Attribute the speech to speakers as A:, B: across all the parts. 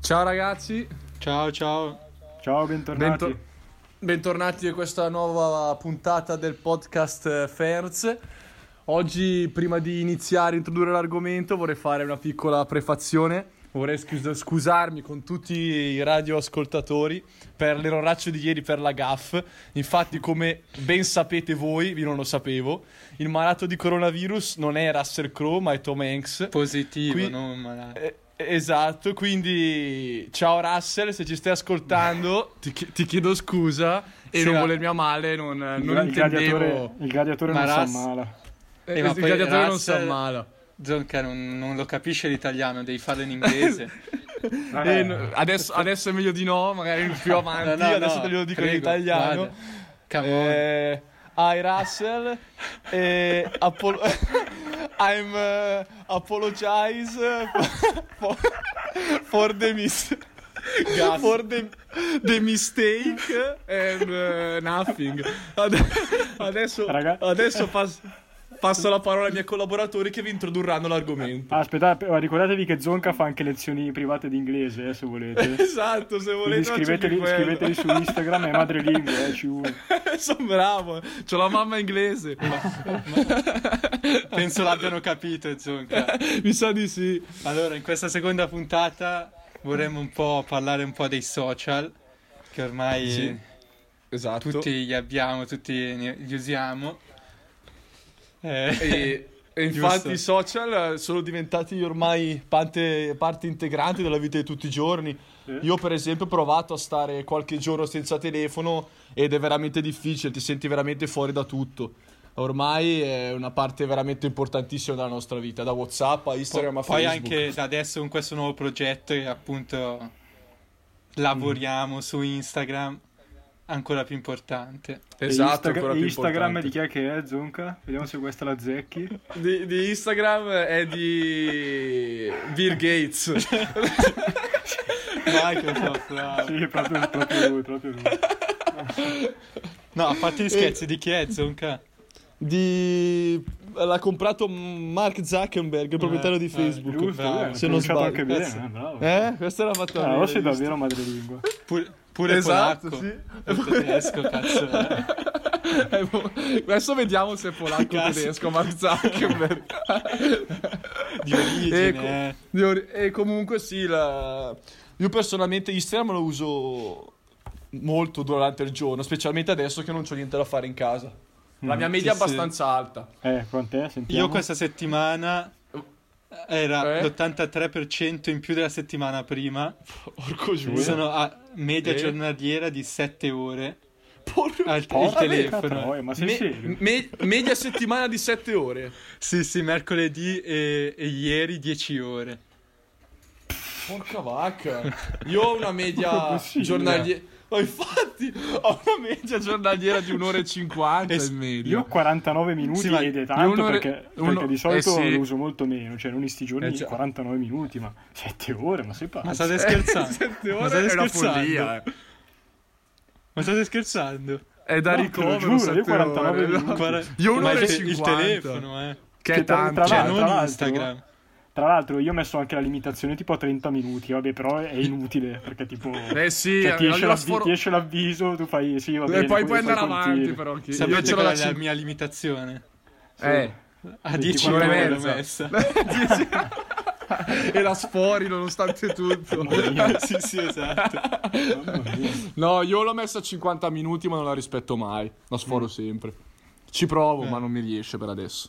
A: Ciao ragazzi,
B: Ciao, ciao.
C: Ciao, bentornati.
A: Bento- bentornati a questa nuova puntata del podcast eh, Ferz. Oggi, prima di iniziare a introdurre l'argomento, vorrei fare una piccola prefazione. Vorrei scus- scusarmi con tutti i radioascoltatori per l'erroraccio di ieri per la GAF. Infatti, come ben sapete voi, io non lo sapevo, il malato di coronavirus non è Russell Crowe ma è Tom Hanks.
B: Positivo,
A: Qui-
B: non malato.
A: Eh, Esatto, quindi ciao Russell, se ci stai ascoltando ti, chi- ti chiedo scusa e
B: Sì,
A: non
B: ma-
A: volermi a male, non,
C: Il,
A: non
C: gra- il
A: intendevo...
C: gladiatore, il gladiatore
B: Ma
C: non
B: Ras-
C: si ammala.
A: Eh,
B: Eh, ma
A: il
B: poi
A: gladiatore non si
B: Russell-
A: ammala.
B: Zonka non, non lo capisce l'italiano, devi farlo in inglese.
C: Eh,
A: Eh, no, adesso, adesso è meglio di no, magari più avanti,
B: No, no,
A: adesso
B: no,
A: te lo dico in
B: prego,
A: italiano.
B: guarda. Come on.
A: Eh, hi Russell, eh, apol- I'm eh, apologize for, for the mis-
B: Gas.
A: for the, the mistake and eh, nothing. Ad- adesso
C: Raga-
A: adesso pas- passo la parola ai miei collaboratori che vi introdurranno l'argomento.
C: Ah, aspettate, oh, ricordatevi che Zonka fa anche lezioni private di inglese, eh, se volete.
A: Esatto, se volete
C: Quindi scriveteli,
A: faccio anche
C: scriveteli su
A: quello.
C: Instagram, è madrelingua, eh, ci vuole.
A: Sono bravo, eh. c'ho la mamma inglese.
C: Eh,
B: Penso l'abbiano capito, Zonka.
A: Mi sa di sì.
B: Allora, in questa seconda puntata vorremmo un po' parlare un po' dei social, che ormai
A: Sì, Esatto.
B: tutti li abbiamo, tutti ne- li usiamo. Eh,
A: E, e
B: Giusto.
A: infatti i social eh, sono diventati ormai parte, parte integrante della vita di tutti i giorni.
C: Sì.
A: Io, per esempio, ho provato a stare qualche giorno senza telefono ed è veramente difficile, ti senti veramente fuori da tutto. Ormai è una parte veramente importantissima della nostra vita, da WhatsApp a
B: po-
A: Instagram a
B: poi
A: Facebook.
B: anche da adesso con questo nuovo progetto che appunto lavoriamo su Instagram, ancora più importante.
C: E
A: Esatto,
C: Instagra-
A: ancora più
C: Instagram
A: importante.
C: di chi è che è, Zonka? Vediamo se questa la zecchi.
A: Di, di Instagram è di Bill Gates.
B: Microsoft,
A: Ah.
B: bravo.
C: Sì, proprio, proprio lui, proprio lui.
B: No, a parte gli scherzi, di chi è Zonka?
A: Di... L'ha comprato Mark Zuckerberg, il proprietario di
B: eh,
A: Facebook.
B: giusto, bravo.
C: eh,
A: Se non
C: pronunciato
A: sbaglio,
C: anche bene,
B: cazzo.
C: eh, bravo.
A: Eh? Questa era fatta
C: Ah,
A: bene,
C: o sei
A: giusto?
C: davvero madrelingua.
B: Pure, pure
A: Esatto,
B: polacco.
A: sì.
B: È tedesco, cazzo.
A: Eh, boh, Adesso vediamo se è polacco o
B: Cazzo.
A: tedesco Mark Zuckerberg.
B: Di origine.
A: Ecco.
B: eh.
A: Di ori- E comunque sì, la- io personalmente Instagram lo uso molto durante il giorno, specialmente adesso che non c'ho niente da fare in casa. La mia media è
B: sì, sì.
A: abbastanza alta.
C: Eh, quant'è? Sentiamo.
B: Io questa settimana era
A: Eh?
B: l'83% in più della settimana prima.
A: Porco giù.
B: Sono a media
A: Eh?
B: giornaliera di 7 ore
A: Porco
B: al il
C: Porca
B: telefono.
C: troia, eh, Ma sei
A: Me-
C: serio?
A: me- media settimana di 7 ore.
B: Sì, sì, mercoledì e, e ieri 10 ore.
A: Porca vacca. Io ho una media
C: possibile?
A: giornaliera. Oh, infatti, ho una media giornaliera di un'ora e 50
B: Es-
A: in media.
C: Io ho 49 minuti
B: Sì, ma
C: ed è tanto
A: un'ora-
C: perché,
A: uno-
C: perché di solito
A: eh, sì.
C: lo uso molto meno, cioè non in sti giorni
A: Eh, già.
C: 49 minuti, ma 7 ore, ma sei pazzo.
B: Ma state scherzando?
A: Eh, Sette
B: Ma
A: ore
B: state
A: è una
B: scherzando?
A: follia. eh.
B: Ma state scherzando?
A: È da
C: No, te lo
A: ricovero.
C: giuro, io
A: sette
C: 49
A: ore, no?
C: minuti.
B: Guarda-
A: Io
B: ma
A: un'ora e
B: il, il
A: 50.
B: telefono, eh.
A: Che
C: Che
A: è
C: tra-
A: tanto.
C: tra
B: Cioè,
C: Ah,
B: non
C: l'altro-
B: Instagram.
C: Tra l'altro io ho messo anche la limitazione tipo a 30 minuti, vabbè, però è inutile perché tipo
A: Eh sì,
C: cioè, ti,
A: io
C: esce
A: la
C: l'avvi-
A: sforo-
C: ti esce l'avviso, tu fai sì, va
A: E
C: bene.
A: poi puoi andare
C: continui.
A: avanti, però. chi-
B: Sapete
A: io ce l'ho
B: qual
A: da
B: è la
A: cinque-
B: mia limitazione?
C: Sì.
A: Eh.
B: A 10
C: 24
B: ore
A: ore e
B: l'ho
A: mezza.
B: messa.
A: e la sfori nonostante tutto.
B: sì, sì,
A: Eh,
B: esatto.
C: Mamma mia.
A: No, io l'ho messa a 50 minuti, ma non la rispetto mai. La
C: Mm.
A: sforo sempre. Ci provo, ma non mi riesce per adesso.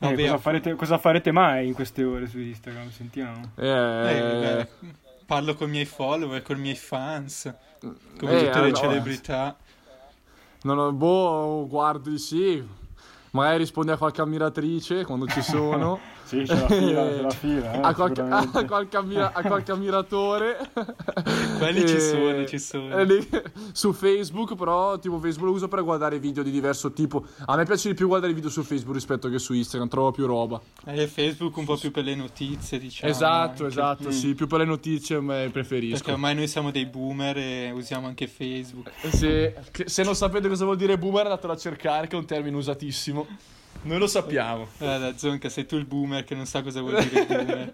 C: Eh,
B: Vabbè,
C: cosa, farete, cosa farete mai in queste ore su Instagram? Sentiamo.
A: Eh,
B: Eh, beh, parlo con i miei follower, con i miei fans, come
A: Eh,
B: tutte le
A: allora.
B: celebrità.
A: non ho- boh, guardi, sì. Magari rispondi a qualche ammiratrice quando ci sono.
C: Sì, c'è la fila, c'è la fila. eh,
A: a, qualche,
C: sicuramente.
A: a qualche ammira- a qualche ammiratore.
B: Quelli ci sono, ci sono.
A: eh, lì- su Facebook, però, tipo Facebook lo uso per guardare video di diverso tipo. A me piace di più guardare video su Facebook rispetto che su Instagram, trovo più roba.
B: E Eh, Facebook un po' più per le notizie, diciamo.
A: esatto,
B: anche.
A: esatto,
B: Mm.
A: sì, più per le notizie me
B: Perché
A: preferisco.
B: ormai noi siamo dei boomer e usiamo anche Facebook.
A: Se, che- se non sapete cosa vuol dire boomer, andatelo a cercare, che è un termine usatissimo. Noi lo sappiamo.
B: Guarda, Zonka, sei tu il boomer che non sa cosa vuol dire boomer.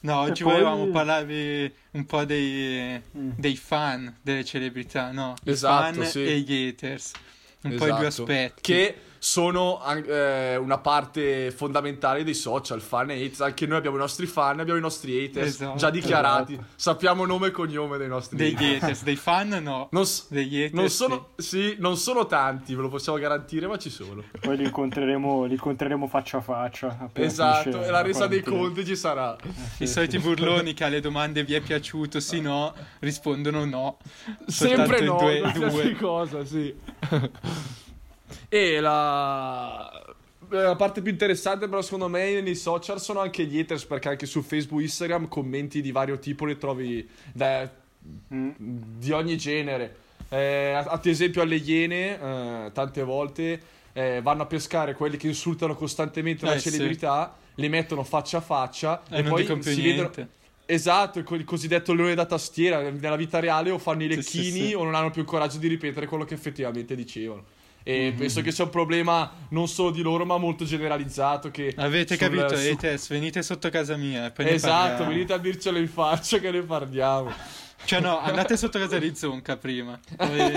B: No, oggi
C: E poi- Mm.
B: volevamo parlarvi un po' dei, dei fan delle celebrità, no? I
A: Esatto,
B: fan
A: sì.
B: e gli haters. Un po' i due
A: Esatto.
B: aspetti.
A: Che sono an- eh, una parte fondamentale dei social, fan e haters. Anche noi abbiamo i nostri fan, abbiamo i nostri haters
B: Esatto.
A: già dichiarati. Sappiamo nome e cognome dei nostri
B: Dei
A: haters.
B: haters, dei fan no.
A: Non, s-
B: Degli haters
A: non sono, sì, non sono tanti, ve lo possiamo garantire, ma ci sono.
C: Poi li incontreremo, li incontreremo faccia a faccia. appena
A: esatto,
C: finisce
A: e la resa dei
C: quarantena.
A: conti ci sarà.
B: sì. I soliti burloni che alle domande vi è piaciuto, sì no, rispondono no. Soltanto
A: Sempre
B: i
A: no,
B: due-
A: qualsiasi
B: due.
A: cosa, sì. e la... la parte più interessante però secondo me nei social sono anche gli haters perché anche su Facebook, Instagram commenti di vario tipo li trovi da-
C: Mm.
A: di ogni genere. Eh, ad esempio alle Iene eh, tante volte eh, vanno a pescare quelli che insultano costantemente una
B: Eh, sì.
A: celebrità, li mettono faccia a faccia
B: E,
A: e,
B: non
A: poi
B: dicono più
A: si
B: niente.
A: vedono... Esatto, con il cosiddetto leone da tastiera, nella vita reale o fanno i
B: Sì,
A: lecchini
B: sì, sì.
A: o non hanno più il coraggio di ripetere quello che effettivamente dicevano. E
B: Mhm.
A: penso che sia un problema non solo di loro, ma molto generalizzato. Che
B: Avete
A: sul-
B: capito,
A: su-
B: haters, venite sotto casa mia e poi ne
A: Esatto,
B: parliamo.
A: venite a dircelo in faccia che ne parliamo.
B: Cioè no, andate sotto casa di Zonca prima. Poi-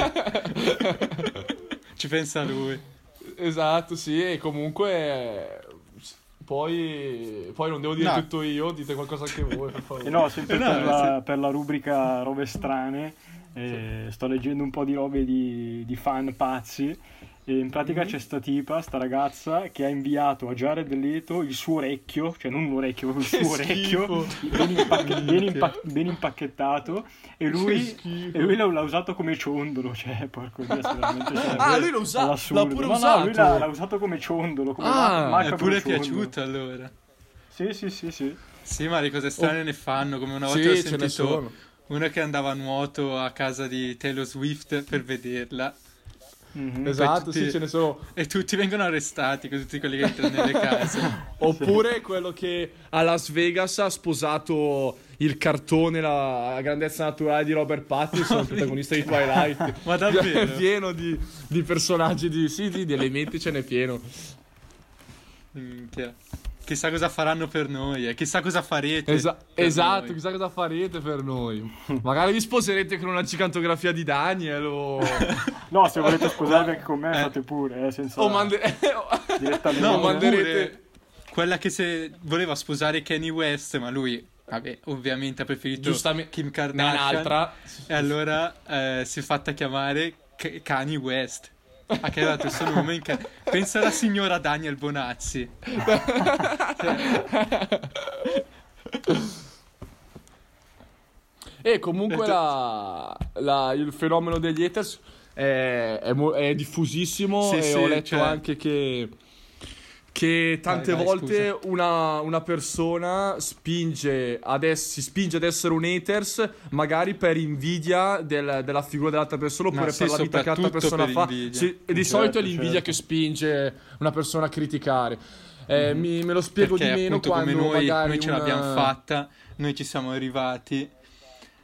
B: Ci pensa lui.
A: esatto, sì, e comunque... eh, Poi, poi non devo dire
B: No.
A: tutto io, dite qualcosa anche voi, per favore.
C: E no, sempre
B: Eh no,
C: per, la, per la rubrica robe strane, eh, sto leggendo un po' di robe di, di fan pazzi. E in pratica
A: Mhm.
C: c'è sta tipa, sta ragazza, che ha inviato a Jared Leto il suo orecchio, cioè non un orecchio, proprio il
A: Che
C: suo orecchio,
A: schifo.
C: ben, impacche- ben impa- ben impacchettato, e lui,
A: schifo.
C: e lui l'ha l'ha usato come ciondolo, cioè, porco Dio, se veramente... cioè,
A: Ah, lui l'ha usa-
C: all'assurdo.
A: l'ha pure
C: No, no,
A: usato.
C: lui l'ha, l'ha usato come ciondolo, come
A: Ah,
C: ma- marca
B: È pure
C: come ciondolo.
B: piaciuto allora.
C: Sì, sì, sì, sì.
B: Sì, ma le cose strane ne fanno, come una volta
A: Oh. Sì,
B: ho
A: ce ne sono.
B: sentito uno che andava a nuoto a casa di Taylor Swift per vederla
C: Mhm.
A: Esatto,
B: tutti-
A: sì, ce ne sono
B: e tutti vengono arrestati, con tutti quelli che entrano nelle case.
A: Oppure quello che a Las Vegas ha sposato il cartone, la grandezza naturale di Robert Pattinson, il protagonista di Twilight.
B: Ma davvero?
A: È pieno di, di personaggi, di, sì, di, di elementi ce n'è pieno.
B: Minchia. Chissà cosa faranno per noi, eh. chissà cosa farete.
A: Esa-
B: per
A: esatto,
B: noi.
A: chissà cosa farete per noi. Magari vi sposerete con una gigantografia di Daniel o...
C: No, se volete sposarvi anche con me, fate pure, eh, senza...
A: o Oh, mande-
C: direttamente.
B: No,
A: No,
B: oppure
A: manderete-
B: quella che se voleva sposare Kanye West, ma lui, vabbè, ovviamente ha preferito
A: Giustamente-
B: Kim
A: Ne
B: Kardashian.
A: ha un'altra.
B: E allora eh, si è fatta chiamare K- Kanye West. Ha creato il suo nome in Kanye. Pensa alla signora Daniel Bonazzi.
A: E
B: Eh,
A: comunque la- la- il fenomeno degli haters è, è mo- è diffusissimo
B: Sì,
A: e
B: sì,
A: ho letto
B: cioè-
A: anche che, che tante
B: vai,
A: volte una, una persona spinge ad es- si spinge ad essere un haters magari per invidia del- della figura dell'altra persona
B: Ma
A: oppure
B: sì,
A: per la vita che l'altra
B: soprattutto
A: persona
B: per
A: fa.
B: invidia.
A: Sì, e di
C: Certo,
A: solito è l'invidia
C: certo.
A: che spinge una persona a criticare. Eh, mi- me lo spiego
B: Mhm. Perché
A: di meno
B: appunto
A: quando
B: come noi,
A: magari
B: noi ce
A: una-
B: l'abbiamo fatta, noi ci siamo arrivati.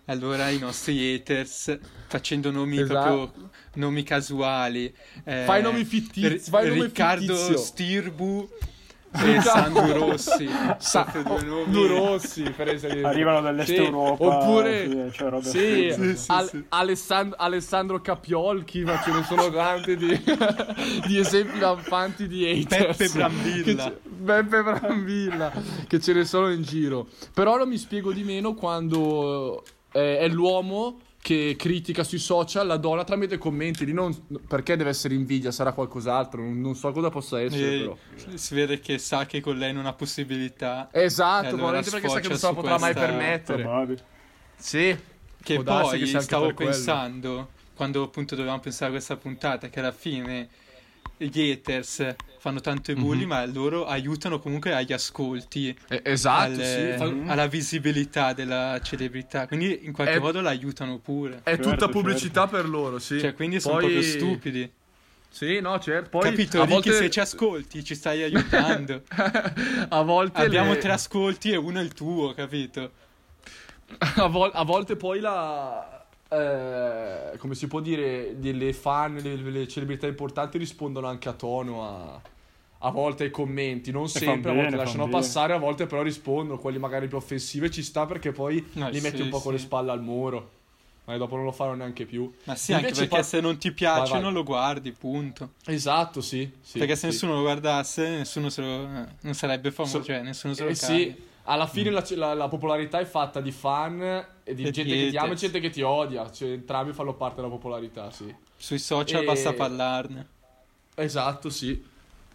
B: Allora i nostri haters facendo nomi
A: Esatto.
B: proprio nomi casuali. eh,
A: Fai nomi fittizi-
B: Ri-
A: fai nome
B: Riccardo
A: fittizio.
B: Stirbu e Sandro Rossi.
A: esatto. Sa-
B: Proprio
A: oh,
B: due nomi.
A: due rossi, per esempio.
C: Arrivano dall'est Europa,
A: Oppure
C: sì, cioè, robe
A: sì,
C: assurde.
B: Sì, sì,
A: Al-
B: sì.
A: Alessand- Alessandro Capiolchi, ma ce ne sono tanti di, di esempi lampanti di haters.
B: Peppe Brambilla.
A: Che ce- Beppe Brambilla, che ce ne sono in giro. Però non mi spiego di meno quando eh, è l'uomo che critica sui social la donna tramite commenti di non perché deve essere invidia, sarà qualcos'altro, non, non so cosa possa essere
B: E
A: però.
B: Eh, si vede che sa che con lei non ha possibilità.
A: Esatto,
B: E Eh, allora
A: probabilmente perché sa che non se la
B: sfocia
A: potrà
B: su
A: mai
B: questa-
A: permettere.
C: Probabile.
A: Sì.
B: Che
A: Può darsi
B: poi
A: che sia anche
B: stavo
A: per quello.
B: pensando, quando appunto dovevamo pensare a questa puntata, che alla fine gli haters fanno tanto i
A: Mhm.
B: bulli, ma loro aiutano comunque agli ascolti,
A: Eh, esatto,
B: alle-
A: sì. fa-
B: alla visibilità della celebrità. Quindi in qualche
A: È-
B: modo l'aiutano pure.
A: È tutta
C: certo.
A: pubblicità per loro, eh, sì.
B: Cioè, quindi sono
A: Poi-
B: proprio stupidi.
A: Sì, no, certo. Poi
B: Capito,
A: a
B: Ricky,
A: volte...
B: se ci ascolti ci stai aiutando.
A: a volte
B: Abbiamo
A: le-
B: tre ascolti e uno è il tuo, capito?
A: a, vol- a volte poi la eh, come si può dire le le fan, le, le celebrità importanti rispondono anche a tono a a volte ai commenti, non
C: fan
A: sempre, a
C: bene,
A: volte lasciano
C: fan bene.
A: passare, a volte però rispondono, quelli magari più offensive ci sta perché poi
B: No,
A: li metti
B: Eh, sì,
A: un po' con le
B: sì.
A: spalle al muro. Ma dopo non lo fanno neanche più.
B: Ma sì,
A: Invece
B: anche perché
A: par-
B: se non ti
A: Vai,
B: piace
A: vai.
B: non lo guardi, punto.
A: Esatto, sì. sì,
B: perché se
A: sì.
B: nessuno lo guardasse, nessuno se lo... eh, non sarebbe famoso,
A: So-
B: cioè nessuno se lo
A: Eh
B: caga. Mm.
A: sì, alla fine la, la- la popolarità è fatta di fan e di
B: E
A: gente che ti ama e
B: haters.
A: gente che ti odia. Cioè, entrambi fanno parte della popolarità, sì.
B: Sui social
A: E-
B: basta parlarne.
A: Esatto, sì.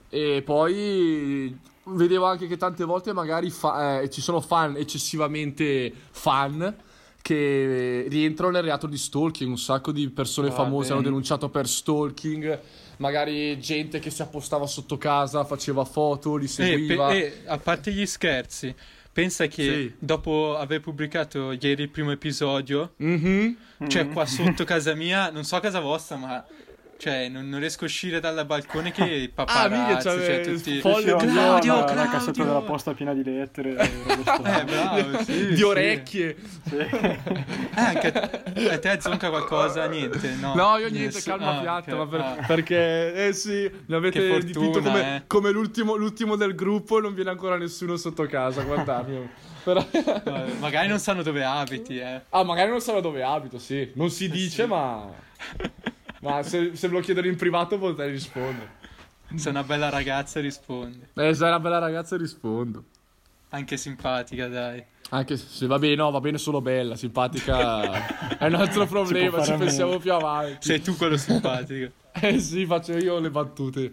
A: E poi vedevo anche che tante volte magari fa- eh, ci sono fan eccessivamente fan che rientrano nel reato di stalking. Un sacco di persone
B: Ah,
A: famose
B: beh.
A: hanno denunciato per stalking. Magari gente che si appostava sotto casa, faceva foto, li
B: E,
A: seguiva.
B: Eh, a parte gli scherzi, pensa che
A: Sì.
B: dopo aver pubblicato ieri il primo episodio,
A: Mhm.
B: cioè qua sotto casa mia, non so a casa vostra, ma... Cioè, non, non riesco a uscire dal balcone che i
A: Ah, minchia,
B: paparazzi,
A: c'ave-
B: cioè tutti...
A: Foglio
C: Sì, sì, ho
A: Claudio,
C: ancora la,
B: Claudio!
C: la cassetta della posta piena di lettere e robe strane.
B: Eh, bravo, sì,
A: di
B: sì.
A: orecchie.
B: Eh, anche a te, a te zonca qualcosa, niente, no?
A: No, io niente,
B: Ness-
A: calma
B: ah,
A: piatta,
B: ok,
A: ma per-
B: ah.
A: perché, eh sì, mi avete
B: Che fortuna,
A: dipinto come,
B: eh.
A: come l'ultimo, l'ultimo del gruppo e non viene ancora nessuno sotto casa, guardarmi. Però-
B: Vabbè, magari non sanno dove abiti, eh.
A: ah, magari non sarà dove abito, Eh, sì, non si dice, ma, ma se, se me lo chiedono in privato potrei rispondere.
B: Se una bella ragazza risponde.
A: Eh, se è una bella ragazza rispondo.
B: Anche simpatica, dai.
A: Anche se va bene, no, va bene solo bella, simpatica è un altro problema,
C: fare
A: ci
C: a meno.
A: pensiamo più avanti.
B: Sei tu quello simpatico.
A: Eh sì, faccio io le battute.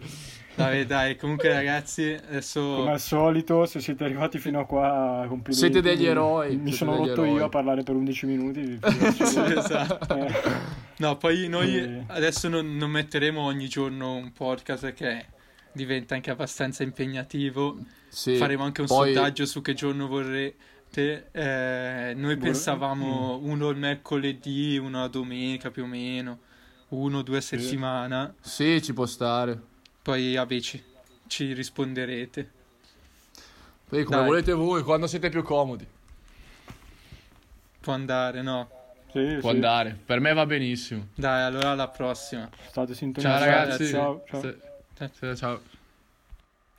B: Vabbè, dai, comunque ragazzi, adesso...
C: Come al solito, se siete arrivati fino a qua, complimenti.
A: Siete degli eroi,
C: Mi
A: siete
C: sono
A: degli
C: rotto
A: eroi.
C: io a parlare per 11 minuti. vi-
B: Esatto.
C: eh,
B: No, poi noi
C: Eh.
B: adesso non, non metteremo ogni giorno un podcast perché diventa anche abbastanza impegnativo.
A: Sì,
B: Faremo anche un
A: poi-
B: sondaggio su che giorno vorrete. Eh, noi pensavamo
C: Mm.
B: uno il mercoledì, uno la domenica più o meno, uno o due a settimana.
A: Sì, ci può stare.
B: Poi vabbè, ci, ci risponderete.
A: Poi come
B: Dai.
A: volete voi, quando siete più comodi.
B: Può andare, no?
C: sì,
A: Può
C: sì.
A: andare, per me va benissimo.
B: Dai, allora alla prossima.
C: State
A: Ciao
C: sintonizzati.
A: ragazzi.
C: Ciao, ciao.
A: Ciao, ciao.